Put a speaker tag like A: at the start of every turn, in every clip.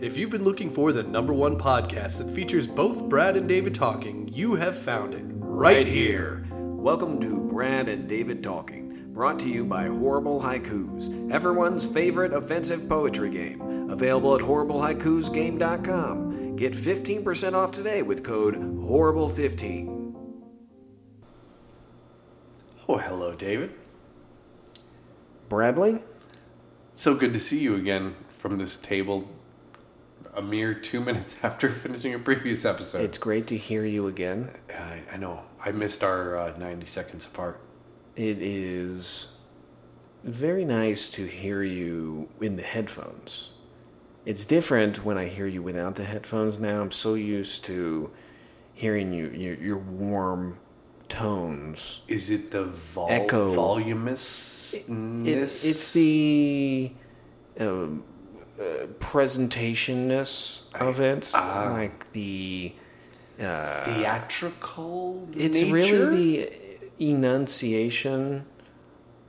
A: If you've been looking for the number one podcast that features both Brad and David talking, you have found it right here.
B: Welcome to Brad and David Talking, brought to you by Horrible Haikus, everyone's favorite offensive poetry game. Available at horriblehaikusgame.com. Get 15% off today with code HORRIBLE15.
A: Oh, hello, David.
B: Bradley?
A: So good to see you again from this table a mere two minutes after finishing a previous episode.
B: It's great to hear you again.
A: I, I know. I missed our uh, 90 seconds apart.
B: It is very nice to hear you in the headphones. It's different when I hear you without the headphones now. I'm so used to hearing you your, your warm tones.
A: Is it the vol-
B: Echo.
A: volumousness?
B: It, it's the um, uh, presentation-ness of it, like the
A: Uh, theatrical
B: it's
A: nature?
B: really the enunciation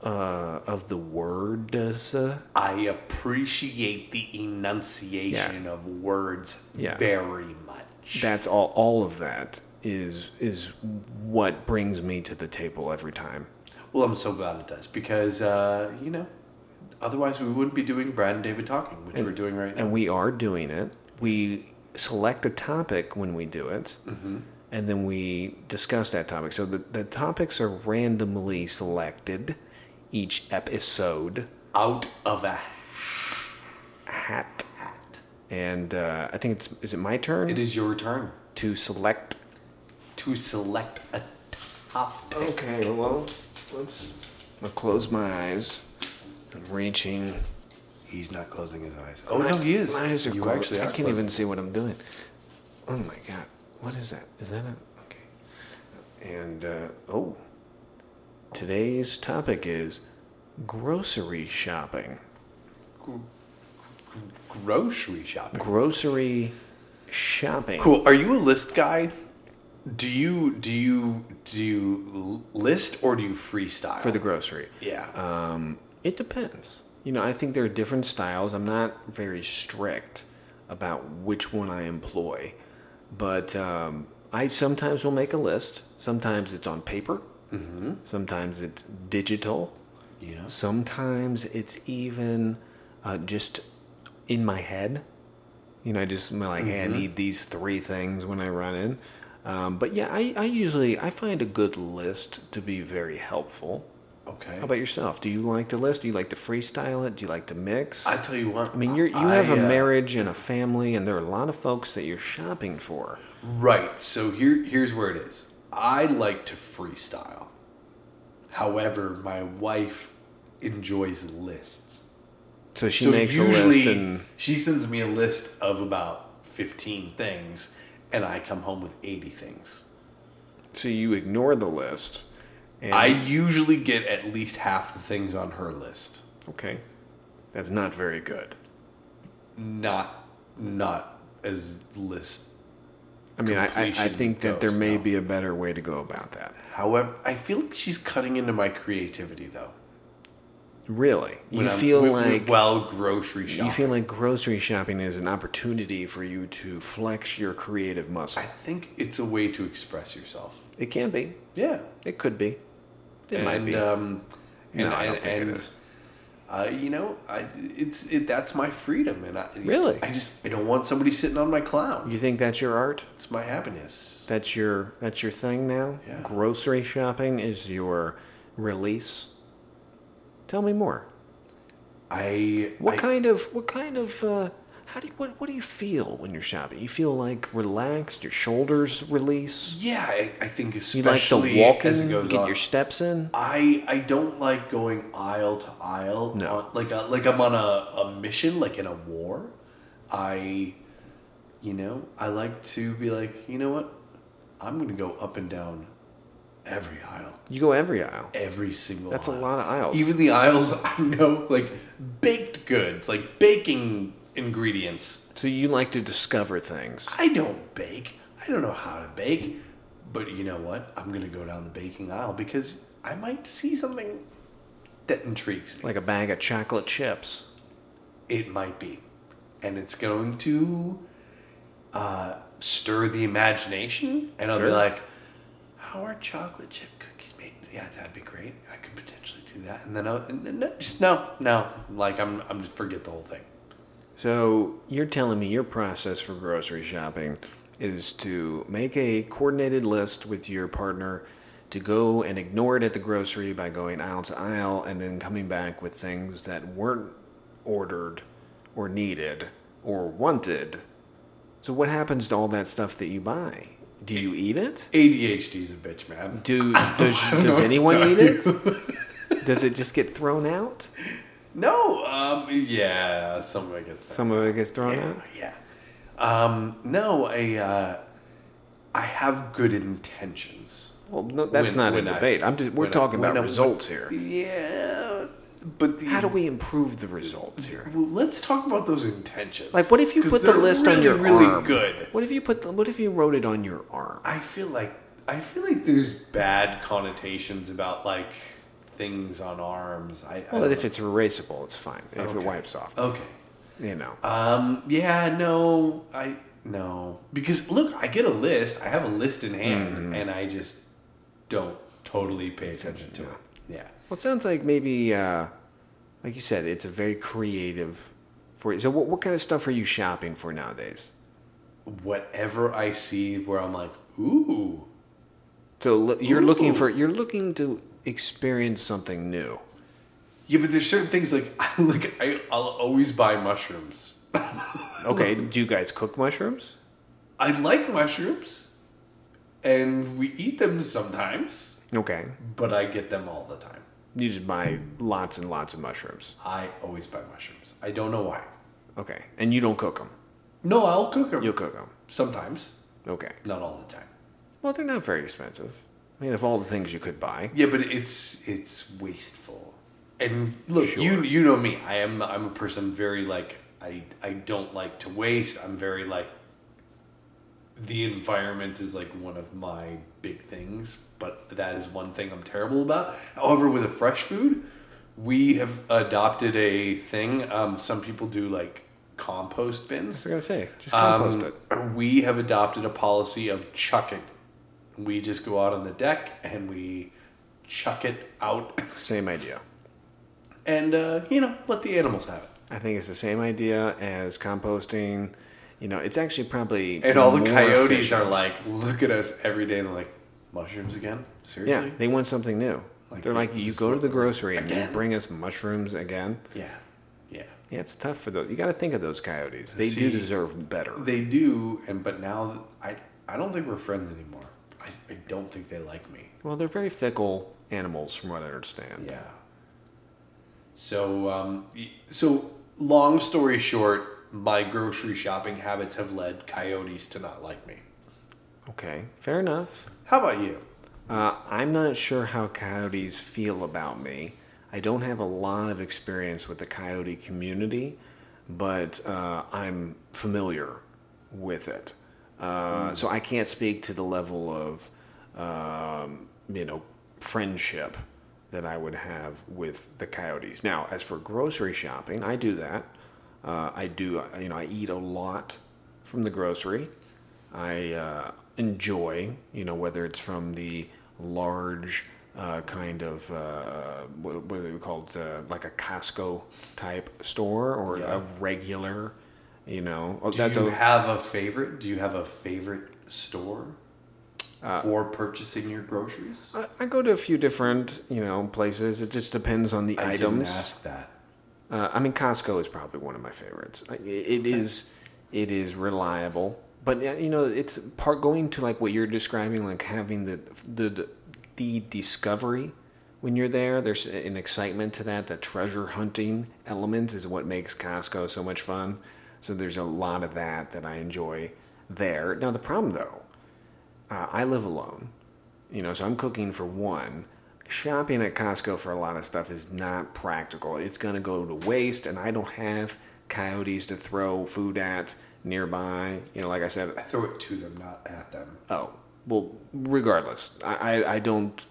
B: uh, of the word. uh,
A: I appreciate the enunciation of words
B: Yeah.
A: very much.
B: That's all. All of that is is what brings me to the table every time.
A: Well, I'm so glad it does because uh, you know, otherwise we wouldn't be doing Brad and David talking, which we're doing right now.
B: and we are doing it. We select a topic when we do it, and then we discuss that topic. So the, the topics are randomly selected each episode.
A: Out of a
B: Hat.
A: hat.
B: And uh, I think it's is it my turn
A: It is your turn
B: to select?
A: to select a topic.
B: Okay. Well, let's. I'll close my eyes. I'm reaching.
A: He's not closing his eyes. Oh no, he is.
B: My eyes are
A: you
B: closed.
A: actually
B: I
A: are
B: can't
A: closed.
B: even see what I'm doing. Oh my god, what is that? Is that a okay? And uh, oh, today's topic is grocery shopping.
A: grocery shopping.
B: Grocery shopping.
A: Cool. Are you a list guy? Do you do you do you list or do you freestyle
B: for the grocery.
A: Yeah.
B: Um, it depends. You know, I think there are different styles. I'm not very strict about which one I employ, but um, I sometimes will make a list. Sometimes it's on paper. Mm-hmm. Sometimes it's digital.
A: you know.
B: Sometimes it's even uh, just in my head. You know, I just am like, hey, I need these three things when I run in. Um, but yeah, I, I usually I find a good list to be very helpful.
A: Okay.
B: How about yourself? Do you like to list? Do you like to freestyle it? Do you like to mix?
A: I
B: I,
A: tell you what. I
B: mean, you're, you have a
A: uh,
B: marriage and a family, and there are a lot of folks that you're shopping for.
A: Right. So here, here's where it is. I like to freestyle. However, my wife enjoys lists.
B: So she
A: so
B: makes a
A: usually,
B: list, and
A: she sends me a list of about 15 things, and I come home with 80 things.
B: so you ignore the list. And,
A: I usually get at least half the things on her list.
B: okay, that's not very good.
A: Not, not as list
B: I mean, I, I, I
A: Completion
B: think that there
A: goes
B: may
A: now.
B: be a better way to go about that.
A: However, I feel like she's cutting into my creativity though.
B: Really, you
A: When I'm-
B: feel
A: when- when-
B: like
A: well grocery shopping.
B: you feel like grocery shopping is an opportunity for you to flex your creative muscle.
A: I think it's a way to express yourself.
B: It can be.
A: Yeah,
B: It could be. It
A: and,
B: might be.
A: Um, and,
B: No, I don't
A: and-
B: think it
A: and,
B: is.
A: Uh, you know, I, it's it, that's my freedom, and I
B: Really?
A: I just I don't want somebody sitting on my clown.
B: you think that's your art?
A: It's my happiness.
B: That's your that's your thing now.
A: Yeah.
B: Grocery shopping is your release. Tell me more.
A: I
B: What
A: I-
B: kind of what kind of uh, how do you, what what do you feel when you're shopping? You feel like relaxed. Your shoulders release.
A: yeah, I, I think
B: You like the
A: especially
B: walking.
A: as it
B: You
A: goes
B: get
A: on.
B: your steps in.
A: I I don't like going aisle to aisle.
B: No.
A: on- like a, like I'm on a, a mission, like in a war. I, you know, I like to be like, you know what, I'm gonna go up and down every aisle,
B: You go every aisle.
A: every single.
B: That's a
A: aisle.
B: lot of aisles.
A: Even the aisles I know, like baked goods, like baking ingredients.
B: so you like to discover things.
A: I don't bake. I don't know how to bake. But you know what? I'm going to go down the baking aisle because I might see something that intrigues me.
B: Like a bag of chocolate chips.
A: It might be. and it's going to uh, stir the imagination. And I'll be
B: Sure.
A: like, how are chocolate chip cookies made? Yeah, that'd be great. I could potentially do that. And then I'll, and, and, and just no, no. Like I'm, I'm just forget the whole thing.
B: So you're telling me your process for grocery shopping is to make a coordinated list with your partner to go and ignore it at the grocery by going aisle to aisle and then coming back with things that weren't ordered or needed or wanted. So what happens to all that stuff that you buy? Do you eat it?
A: ADHD's a bitch, man.
B: Do does, does
A: know
B: anyone
A: what to
B: eat
A: tell
B: it? Does it just get thrown out?
A: No, um, yeah, somebody gets that.
B: Some of it gets thrown out.
A: Yeah. Um, no, I, uh, I have good intentions.
B: Well, no, that's
A: When-
B: not a
A: when I-
B: debate. I'm just we're
A: when I-
B: talking
A: when
B: about
A: I-
B: results here.
A: Yeah, but the,
B: How do we improve the results here?
A: Well, let's talk about those intentions.
B: Like, what if you
A: 'Cause
B: put the
A: they're
B: list on
A: really,
B: your
A: really
B: arm?
A: good?
B: What if you put? The, what if you wrote it on your arm?
A: I feel like I feel like there's bad connotations about like things on arms. I, I
B: Well,
A: don't
B: if
A: know.
B: it's erasable, it's fine. If it
A: Okay. Oh.
B: wipes off,
A: okay.
B: you know.
A: Um. Yeah. No. I no. Because look, I get a list. I have a list in hand,
B: Mm-hmm.
A: and I just don't totally pay attention to it. Yeah.
B: Well, it sounds like maybe, uh, like you said, it's a very creative. For so, what, what kind of stuff are you shopping for nowadays?
A: Whatever I see, where I'm like, ooh,
B: So lo- you're looking
A: Ooh.
B: for you're looking to experience something new.
A: yeah. But there's certain things like I like I, I'll always buy mushrooms.
B: Okay, do you guys cook mushrooms?
A: I like mushrooms, and we eat them sometimes,
B: Okay,
A: but I get them all the time.
B: you just buy lots and lots of mushrooms.
A: I always buy mushrooms. I don't know why.
B: Okay, and you don't cook them.
A: No, I'll cook them
B: You'll cook them.
A: sometimes,
B: Okay.
A: not all the time.
B: Well, they're not very expensive. I mean, of all the things you could buy,
A: Yeah, but it's it's wasteful. And look, you
B: Sure.
A: you know me. I am I'm a person very like I I don't like to waste. I'm very like the environment is like one of my big things, but that is one thing I'm terrible about. However, with a fresh food, we have adopted a thing. Um, some people do like compost bins.
B: I was gonna say, just compost it.
A: Um, We have adopted a policy of chucking. We just go out on the deck and we chuck it out,
B: Same idea.
A: and uh, you know, let the animals have it.
B: I think it's the same idea as composting. You know, it's actually probably
A: And all the
B: more
A: coyotes
B: efficient.
A: are like, look at us every day, and they're like, mushrooms again?
B: yeah,
A: Seriously?
B: they want something new.
A: Like,
B: They're like,
A: this
B: you
A: is
B: go to
A: what-
B: the grocery and you
A: again?
B: bring us mushrooms again.
A: Yeah, yeah,
B: Yeah, it's tough for those. You got to think of those coyotes. They
A: See-
B: do deserve better.
A: They do, and but now I I don't think we're friends anymore. I, I don't think they like me.
B: well, they're very fickle animals, from what I understand.
A: Yeah. So, um, y- so long story short, my grocery shopping habits have led coyotes to not like me.
B: Okay, fair enough.
A: How about you?
B: Uh, I'm not sure how coyotes feel about me. I don't have a lot of experience with the coyote community, but uh, I'm familiar with it. Uh, So I can't speak to the level of, um, you know, friendship that I would have with the coyotes. Now, as for grocery shopping, I do that. Uh, I do, you know, I eat a lot from the grocery. I uh, enjoy, you know, whether it's from the large uh, kind of uh, what, what do we call it, uh, like a Costco type store or
A: Yeah.
B: a regular, you know, oh,
A: Do
B: that's
A: you
B: a
A: have a favorite? Do you have a favorite store
B: Uh,
A: for purchasing your groceries?
B: I, I go to a few different, you know, places. It just depends on the
A: I didn't
B: items.
A: ask that.
B: Uh, I mean, Costco is probably one of my favorites. I- It, it is, it is reliable. But yeah, you know, it's part going to like what you're describing, like having the the the discovery when you're there. There's an excitement to that. The treasure hunting element is what makes Costco so much fun. So there's a lot of that that I enjoy there. Now the problem though, uh, I live alone, you know, so I'm cooking for one. Shopping at Costco for a lot of stuff is not practical. It's going to go to waste, and I don't have coyotes to throw food at nearby. You know, like I said,
A: I throw it to them, not at them.
B: oh, well, regardless, I, I, I don't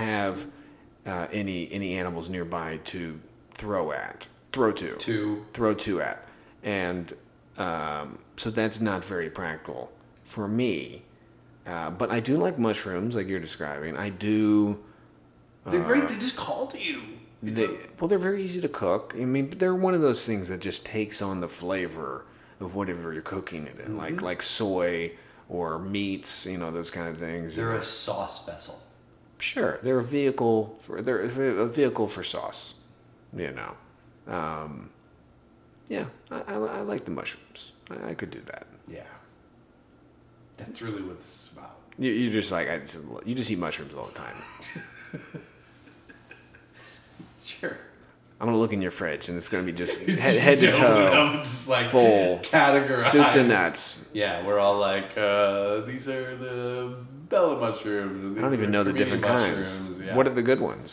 B: have uh, any any animals nearby to throw at, throw to
A: To
B: throw two at. And Um, so that's not very practical for me. Uh, but I do like mushrooms, like you're describing. I do.
A: They're great. They just call to you. It's
B: Uh, They,
A: a-
B: well, they're very easy to cook. I mean, they're one of those things that just takes on the flavor of whatever you're cooking it in, like like soy or meats, you know, those kind of things.
A: they're a sauce vessel.
B: sure, they're a vehicle for they're a vehicle for sauce, you know. Um, yeah, I, I, I like the mushrooms. I, I could do that.
A: Yeah. That's really what this is about.
B: You, you just like I just, you just eat mushrooms all the time.
A: Sure.
B: I'm gonna look in your fridge and it's gonna be just head, head to toe,
A: I'm just like
B: full,
A: categorized.
B: soup to nuts.
A: Yeah, we're all like, uh, these are the bella mushrooms. And
B: I don't
A: these
B: even
A: are
B: know the
A: comedian
B: different kinds.
A: mushrooms. Yeah.
B: What are the good ones?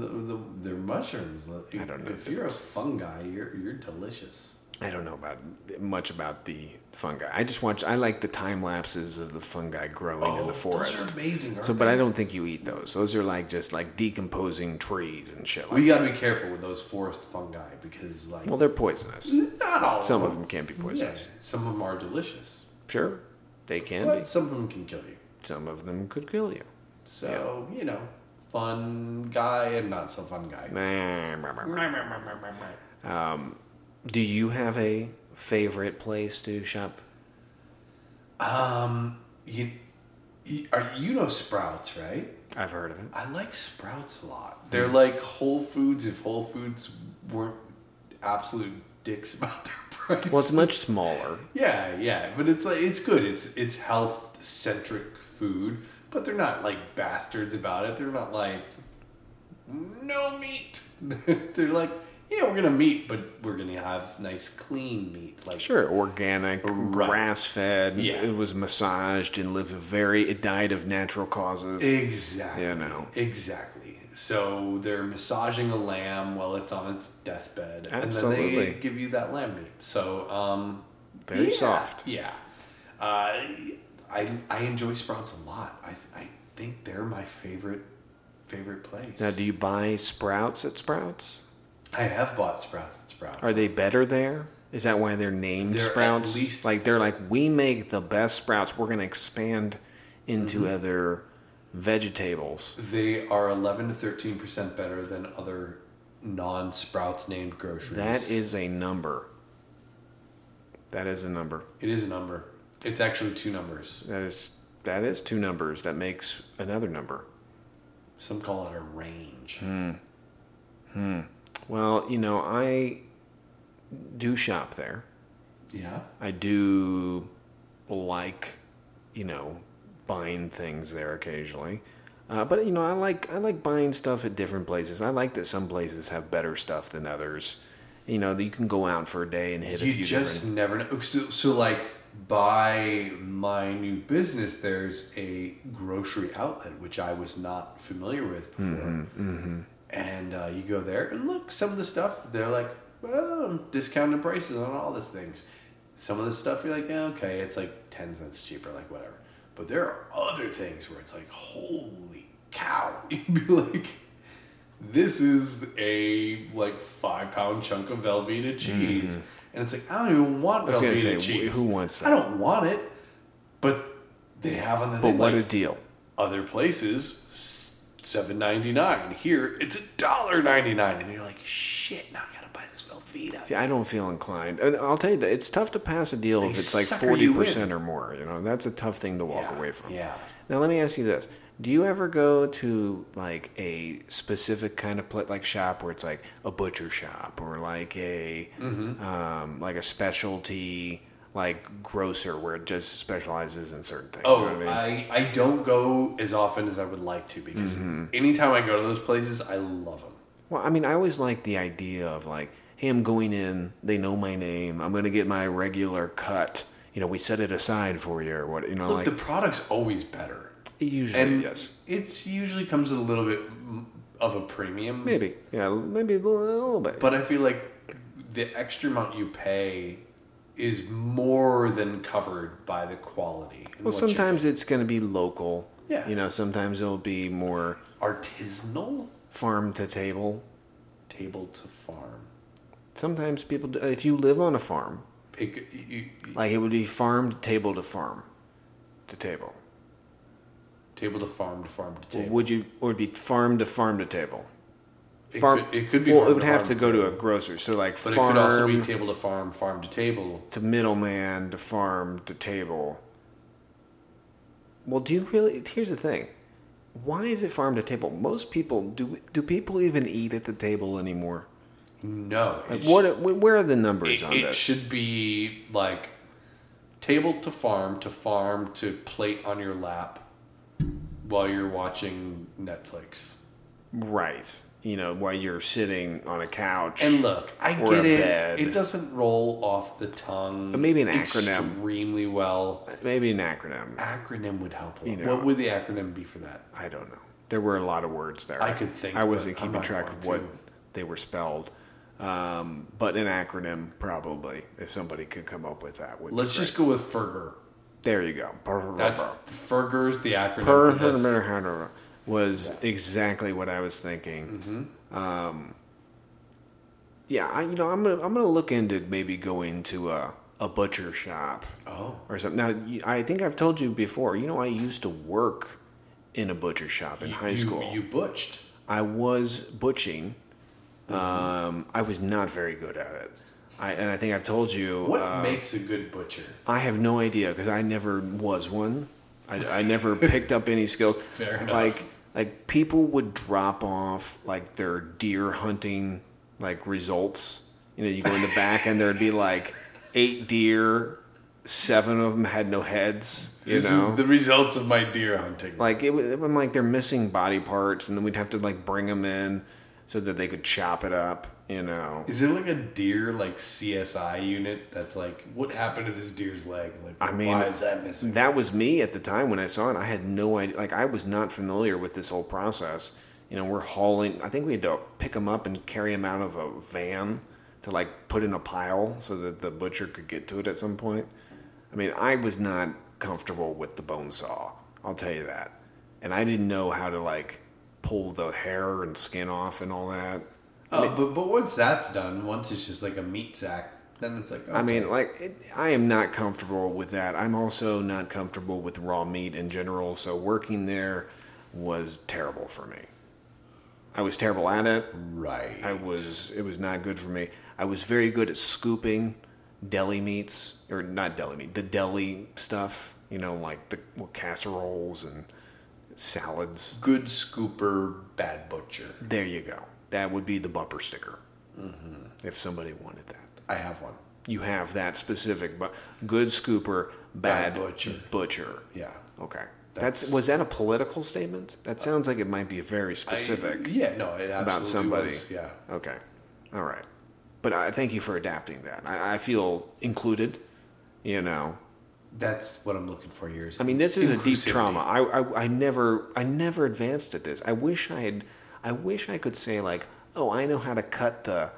A: the, the, they're mushrooms. I
B: don't know
A: If
B: the
A: you're a fungi, you're you're delicious.
B: I don't know about much about the fungi. I just watch. I like the time lapses of the fungi growing in
A: Oh,
B: Oh, the
A: Those
B: forest.
A: are amazing. Aren't
B: So, but
A: they?
B: I don't think you eat those. Those are like just like decomposing trees and shit. Like,
A: We gotta be careful with those forest fungi because, like,
B: well, they're poisonous.
A: not all
B: Some
A: of
B: of
A: them.
B: them can't be
A: Yeah,
B: poisonous.
A: some of them are delicious,
B: Sure, they can be.
A: but some of them can kill you.
B: Some of them could kill you.
A: So you know, fun guy and not so fun guy.
B: Um, Do you have a favorite place to shop?
A: You, you, are, you know Sprouts, right?
B: I've heard of it.
A: I like Sprouts a lot.
B: Mm.
A: They're like Whole Foods if Whole Foods weren't absolute dicks about their price.
B: Well, it's much smaller.
A: yeah, yeah, but it's like it's good. It's it's health centric food, but they're not like bastards about it. They're not like no meat. they're like yeah, we're gonna meet, but we're gonna have nice clean meat. Like
B: Sure, organic,
A: Right.
B: grass fed.
A: Yeah.
B: It was massaged and lived a very. It died of natural causes.
A: Exactly.
B: You know.
A: Exactly. So they're massaging a lamb while it's on its deathbed, and then
B: Absolutely.
A: they give you that lamb meat. So um,
B: Very
A: yeah,
B: soft.
A: Yeah. Uh, I I enjoy Sprouts a lot. I th- I think they're my favorite favorite place.
B: Now, do you buy sprouts at Sprouts?
A: I have bought Sprouts at Sprouts.
B: Are they better there? Is that why they're named
A: They're at
B: sprouts?
A: least-
B: like they're like we make the best sprouts. We're gonna expand into
A: Mm-hmm.
B: other vegetables.
A: they are eleven to thirteen percent better than other non Sprouts named groceries.
B: That is a number. That is a number.
A: It is a number. It's actually two numbers.
B: That is that is two numbers. That makes another number.
A: Some call it a range.
B: Hmm. Well, you know, I do shop there.
A: Yeah.
B: I do like, you know, buying things there occasionally. Uh, but you know, I like I like buying stuff at different places. I like that some places have better stuff than others. You know, that you can go out for a day and hit a
A: You
B: few
A: just
B: different.
A: never know. So, so, like, by my new business, there's a grocery outlet which I was not familiar with before.
B: Mm-hmm.
A: And uh, you go there and look, some of the stuff they're like, well, discounted prices on all these things. Some of the stuff you're like, yeah, okay, it's like ten cents cheaper, like whatever. But there are other things where it's like, holy cow! You'd be like, this is a like five pound chunk of Velveeta cheese. And it's like, I don't even want
B: Mm-hmm. was gonna
A: Velveeta
B: say, wh-
A: cheese.
B: who wants
A: I don't want it. But they have on the
B: But
A: thing,
B: what
A: like,
B: a deal!
A: other places, seven ninety nine. Here, it's a dollar ninety nine, and you're like, shit, now I gotta buy this Velveeta.
B: See, I don't feel inclined, and I'll tell you that it's tough to pass a deal if it's like
A: sucker you
B: forty
A: in.
B: percent or more. You know, that's a tough thing to walk
A: Yeah,
B: away from.
A: yeah.
B: Now let me ask you this: Do you ever go to like a specific kind of pla like shop where it's like a butcher shop or like a
A: Mm-hmm.
B: um, like a specialty like grocer where it just specializes in certain things?
A: Oh,
B: you know what I mean? Mm-hmm.
A: I, I don't go as often as I would like to because anytime I go to those places, I love them.
B: well, I mean, I always like the idea of like, hey, I'm going in. They know my name. I'm gonna get my regular cut. You know, we set it aside for you or what? You know,
A: Look,
B: like
A: the product's always better,
B: usually
A: and
B: yes.
A: it's usually comes with a little bit m- of a premium.
B: Maybe, yeah, maybe a little, a little bit.
A: But I feel like the extra amount you pay is more than covered by the quality. and
B: Well,
A: what you
B: sometimes it's going to be local.
A: Yeah.
B: You know, sometimes it'll be more
A: get. artisanal
B: farm to table.
A: table to farm.
B: Sometimes people, do- if you live on a farm,
A: It, you, you-
B: Like it would be farm table to farm to table.
A: table to farm to farm to
B: Or
A: table.
B: Would you or it'd be farm to farm to table?
A: It
B: Farm
A: could- it could be
B: Well,
A: farm
B: it would
A: to
B: have
A: farm
B: to go to a grocer. So like
A: But
B: farm
A: it could also be table to farm, farm to table.
B: to middleman to farm to table. Well, do you really? Here's the thing. Why is it farm to table? Most people do. Do people even eat at the table anymore?
A: No. it
B: Like
A: sh-
B: what? Where are the numbers
A: It,
B: on
A: it
B: this?
A: should be like table to farm to farm to plate on your lap while you're watching Netflix.
B: right. You know, while you're sitting on a couch.
A: And look, I
B: Or
A: get
B: a
A: it.
B: bed.
A: It doesn't roll off the tongue.
B: But maybe an acronym.
A: Extremely well.
B: maybe an acronym.
A: Acronym would help. A lot.
B: You know.
A: what would the acronym be for that?
B: I don't know. There were a lot of words there.
A: I could think,
B: I wasn't
A: but I'm
B: keeping
A: not
B: track
A: going
B: of what
A: to.
B: they were spelled, um, but an acronym probably. If somebody could come up with that, would be
A: Let's
B: great.
A: just go with Ferger.
B: There you go.
A: That's Ferger's the acronym for this.
B: Burr. was exactly what I was thinking. Um,
A: Mm-hmm.
B: yeah, I, you know, I'm gonna I'm gonna look into maybe going to a a butcher shop
A: Oh,
B: or something. Now, you- I think I've told you before. You know, I used to work in a butcher shop in high
A: you,
B: school.
A: You butched.
B: I was butching. Um, I was not very good at it. I, and I think I've told you.
A: What
B: uh,
A: makes a good butcher?
B: I have no idea because I never was one. I, I never picked up any skills.
A: Fair enough.
B: Like like people would drop off like their deer hunting like results. You know, you go in the back and there'd be like eight deer, seven of them had no heads. You
A: this
B: know,
A: is the results of my deer hunting.
B: like it was, I'm like they're missing body parts, and then we'd have to like bring them in so that they could chop it up. You know,
A: is it like a deer like CSI unit that's like what happened to this deer's leg? Like
B: I mean,
A: why is that missing?
B: that was me at the time when I saw it. I had no idea. Like I was not familiar with this whole process. You know, we're hauling. I think we had to pick them up and carry them out of a van to like put in a pile so that the butcher could get to it at some point. I mean, I was not comfortable with the bone saw. I'll tell you that. And I didn't know how to like pull the hair and skin off and all that.
A: Oh, but but once that's done, once it's just like a meat sack, then it's like okay.
B: I mean, like, it, I am not comfortable with that. I'm also not comfortable with raw meat in general, so working there was terrible for me. I was terrible at it.
A: oh, right?
B: I was, it was not good for me. I was very good at scooping deli meats, or not deli meat, the deli stuff, you know, like the well, casseroles and salads.
A: Good scooper, bad butcher.
B: There you go. That would be the bumper sticker if somebody wanted that.
A: I have one.
B: you have that specific but good scooper
A: Bad
B: bad,
A: butcher.
B: butcher
A: Yeah.
B: okay that's,
A: That's-
B: was that a political statement that sounds like it might be very specific
A: I- yeah. No. It absolutely
B: about somebody
A: Was, yeah.
B: okay all right but i thank you for adapting that i, I feel included you know
A: That's what I'm looking for here.
B: I mean, this is a deep
A: inclusivity.
B: trauma. I, I, I never I never advanced at this. I wish I had. I wish I could say like, oh, I know how to cut the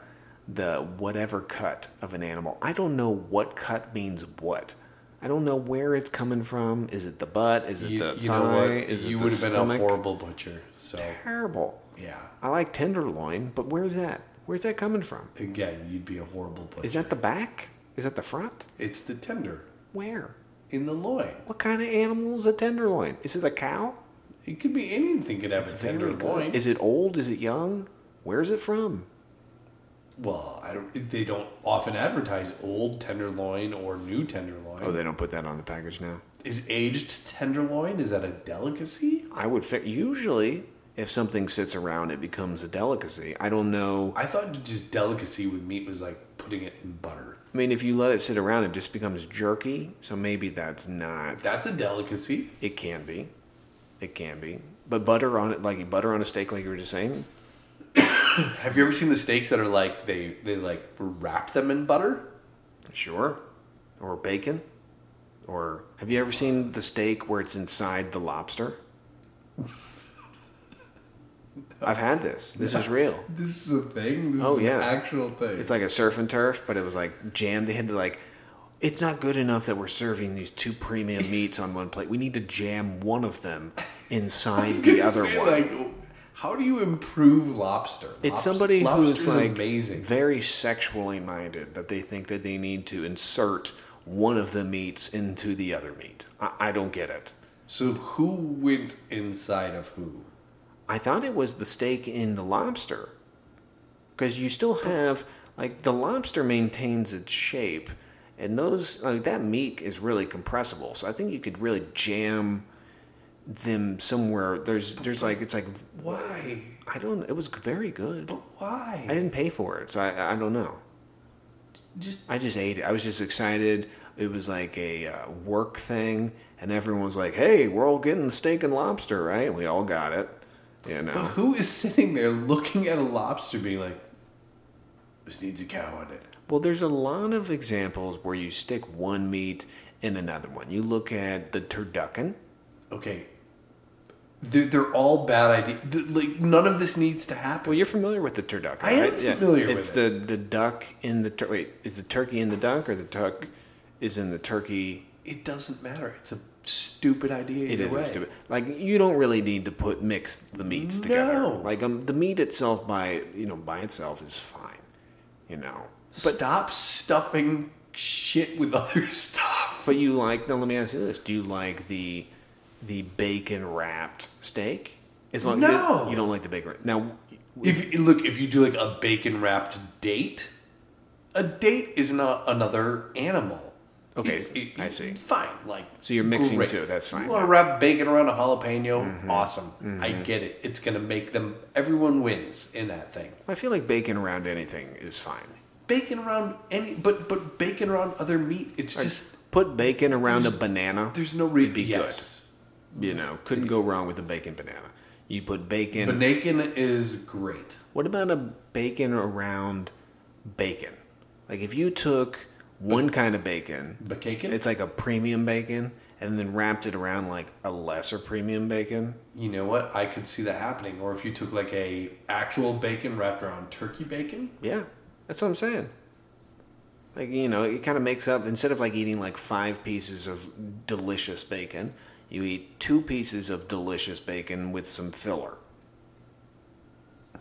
B: the whatever cut of an animal. I don't know what cut means what. I don't know where it's coming from. Is it the butt? Is it
A: You,
B: the
A: you
B: thigh?
A: know what?
B: Is it
A: you
B: the
A: would have been a
B: stomach?
A: horrible butcher. So
B: Terrible.
A: yeah.
B: I like tenderloin, but where's that? Where's that coming from?
A: Again, you'd be a horrible butcher.
B: Is that the back? Is that the front?
A: It's the tender
B: Where?
A: in the loin.
B: What kind of animal is a tenderloin? Is it a cow?
A: It could be anything could have a
B: Very
A: tender
B: good.
A: loin.
B: Is it old? Is it young? Where's it from?
A: well, I don't. They don't often advertise old tenderloin or new tenderloin.
B: Oh, they don't put that on the package now.
A: Is aged tenderloin is that a delicacy?
B: I would fi- usually if something sits around, it becomes a delicacy. I don't know.
A: I thought just delicacy with meat was like putting it in butter.
B: I mean, if you let it sit around, it just becomes jerky. So maybe that's not.
A: That's a delicacy.
B: It can be. It can be. But butter on it, like butter on a steak, like you were just saying.
A: Have you ever seen the steaks that are like they they like wrap them in butter?
B: Sure. Or bacon. Or have you ever seen the steak where it's inside the lobster? I've had this. This is real.
A: This is a thing. This
B: Oh, yeah.
A: actual thing.
B: It's like a surf and turf, but it was like jammed. They had to like. It's not good enough that we're serving these two premium meats on one plate. We need to jam one of them inside the other one.
A: Like, How do you improve lobster?
B: It's
A: Lobs-
B: somebody
A: lobster's
B: who's like
A: amazing.
B: very sexually minded that they think that they need to insert one of the meats into the other meat. I, I don't get it.
A: So who went inside of who?
B: I thought it was the steak in the lobster. Because you still have, like, the lobster maintains its shape, and those, like, that meat is really compressible. So I think you could really jam them somewhere. There's, there's like, it's like,
A: Why?
B: I don't, it was very good.
A: Why?
B: I didn't pay for it, so I, I don't know.
A: just
B: I just ate it. I was just excited. It was like a uh, work thing, and everyone was like, hey, we're all getting the steak and lobster, right? And we all got it. You know.
A: who is sitting there looking at a lobster being like this needs a cow in it.
B: Well, there's a lot of examples where you stick one meat in another one. You look at the turducken.
A: Okay. They're, they're all bad ideas. Like none of this needs to happen.
B: Well, you're familiar with the turducken.
A: I am
B: right?
A: familiar with
B: it's the the duck in the tur- wait is the turkey in the duck or the duck is in the turkey?
A: It doesn't matter. It's a stupid idea.
B: It
A: either way.
B: isn't stupid. Like you don't really need to put mix the meats together.
A: No.
B: Like um, the meat itself by you know by itself is fine. You know. But
A: Stop stuffing shit with other stuff.
B: but you like now? Let me ask you this: Do you like the the bacon wrapped steak? As long
A: No.
B: you don't like the bacon wrap- now.
A: If look, if you do like a bacon wrapped date, a date is not another animal.
B: Okay,
A: It's-
B: I see.
A: Fine, like
B: So you're mixing two, that's fine, Mm-hmm.
A: You want to wrap bacon around a jalapeno? Awesome. I get it. It's gonna make them. Everyone wins in that thing.
B: I feel like bacon around anything is fine.
A: Bacon around any, but but bacon around other meat. It's just
B: Put bacon around a banana.
A: there's no reason.
B: be
A: yes,
B: You know, couldn't go wrong with a bacon banana. You put bacon.
A: but bacon is great.
B: what about a bacon around bacon? Like if you took one kind of bacon,
A: But bacon,
B: it's like a premium bacon, and then wrapped it around like a lesser premium bacon.
A: you know what? I could see that happening. Or if you took like a actual bacon wrapped around turkey bacon,
B: Yeah, that's what I'm saying. Like you know, it kind of makes up. Instead of like eating like five pieces of delicious bacon, you eat two pieces of delicious bacon with some filler.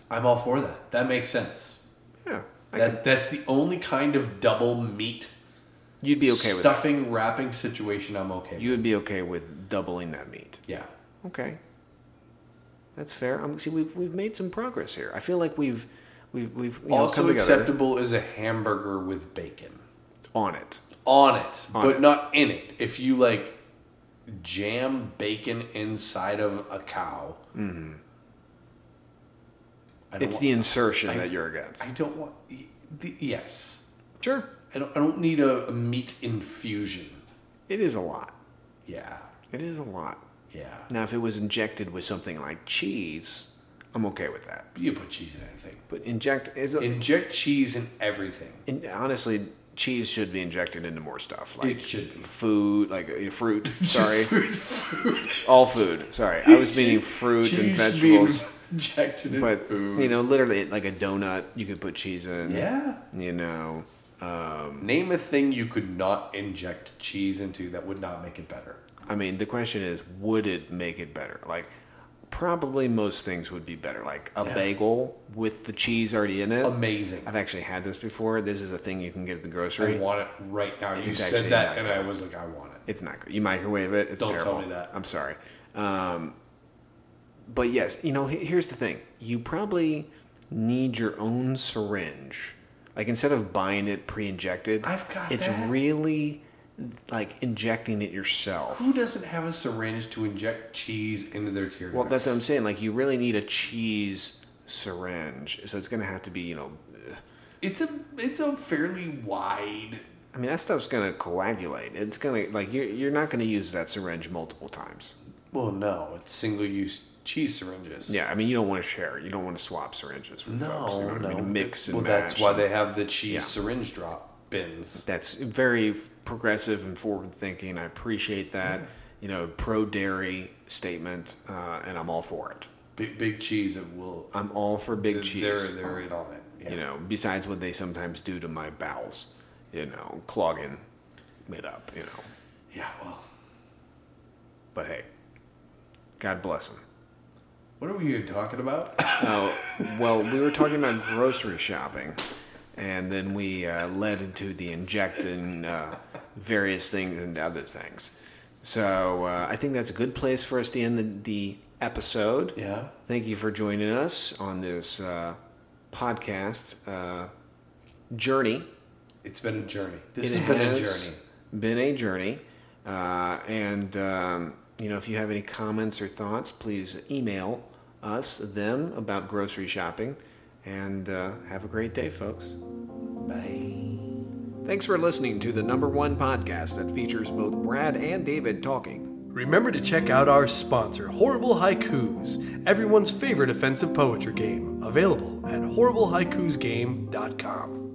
A: I'm all for that. That makes sense.
B: Yeah, I
A: That that's the only kind of double meat
B: could- you'd be okay with that.
A: stuffing wrapping situation I'm okay.
B: You would be okay with doubling that meat.
A: with. Yeah.
B: Okay, that's fair. I'm see we've we've made some progress here. I feel like we've we've we've you know,
A: also
B: come together
A: acceptable is a hamburger with bacon
B: on it.
A: on it,
B: On
A: but
B: it.
A: not in it. If you like jam bacon inside of a cow, I don't
B: Mm-hmm. It's
A: want,
B: the insertion that you're against.
A: I don't want. y- The, yes,
B: sure,
A: I don't. I don't need a, a meat infusion.
B: it is a lot.
A: Yeah,
B: It is a lot.
A: yeah.
B: Now, if it was injected with something like cheese, I'm okay with that.
A: You put cheese in anything.
B: But inject is a,
A: Inject cheese in everything.
B: in, honestly, cheese should be injected into more stuff like
A: It should be.
B: food, like uh, fruit. Sorry,
A: Food, food.
B: all food. Sorry, I was meaning fruit and
A: Cheese
B: vegetables.
A: Being injected in
B: But
A: food.
B: you know, literally, like a donut, you could put cheese in.
A: yeah.
B: You know,
A: Name a thing you could not inject cheese into that would not make it better.
B: I mean, the question is, would it make it better? Like, probably most things would be better. Like a
A: Yeah. Um,
B: bagel with the cheese already in it.
A: Amazing.
B: I've actually had this before. This is a thing you can get at the grocery.
A: I want it right now. You
B: It's
A: said
B: actually
A: that,
B: not
A: and
B: good.
A: I was like, I want it.
B: It's not good. You microwave it. It's
A: Don't tell
B: terrible.
A: me that.
B: I'm sorry. Um, but yes, you know, he- here's the thing. You probably need your own syringe. Like instead of buying it pre-injected,
A: I've got
B: It's
A: that.
B: really like injecting it yourself.
A: Who doesn't have a syringe to inject cheese into their tear
B: Well, that's what I'm
A: ducts?
B: saying. Like you really need a cheese syringe. So it's going to have to be, you know,
A: it's a it's a fairly wide.
B: I mean, that stuff's going to coagulate. It's going to like you're you're not going to use that syringe multiple times.
A: Well, no, it's single use cheese syringes.
B: Yeah, I mean, you don't want to share. You don't want to swap syringes with folks. You know
A: No,
B: what
A: no.
B: I mean? Mix and
A: well, that's
B: match
A: why
B: and-
A: they have the cheese
B: Yeah.
A: syringe drop bins.
B: That's very progressive and forward thinking. I appreciate that. You know, pro dairy statement, uh, and I'm all for it.
A: Big, big cheese. It will.
B: I'm all for big cheese.
A: They're they're in on it. Yeah.
B: You know, besides what they sometimes do to my bowels, you know, clogging it up. You know,
A: yeah. Well,
B: but hey, God bless them.
A: What are we even talking about?
B: Oh, well, we were talking about grocery shopping, and then we uh, led into the injecting uh, various things and other things. So uh, I think that's a good place for us to end the, the episode.
A: Yeah.
B: Thank you for joining us on this uh, podcast uh, journey.
A: It's been a journey. This
B: It
A: has been a
B: has
A: journey.
B: Been a journey. Uh, and, um, you know, if you have any comments or thoughts, please email us, them, about grocery shopping. And uh, have a great day, folks.
A: Bye.
B: Thanks for listening to the number one podcast that features both Brad and David talking.
C: Remember to check out our sponsor, Horrible Haikus, everyone's favorite offensive poetry game, available at horriblehaikusgame.com.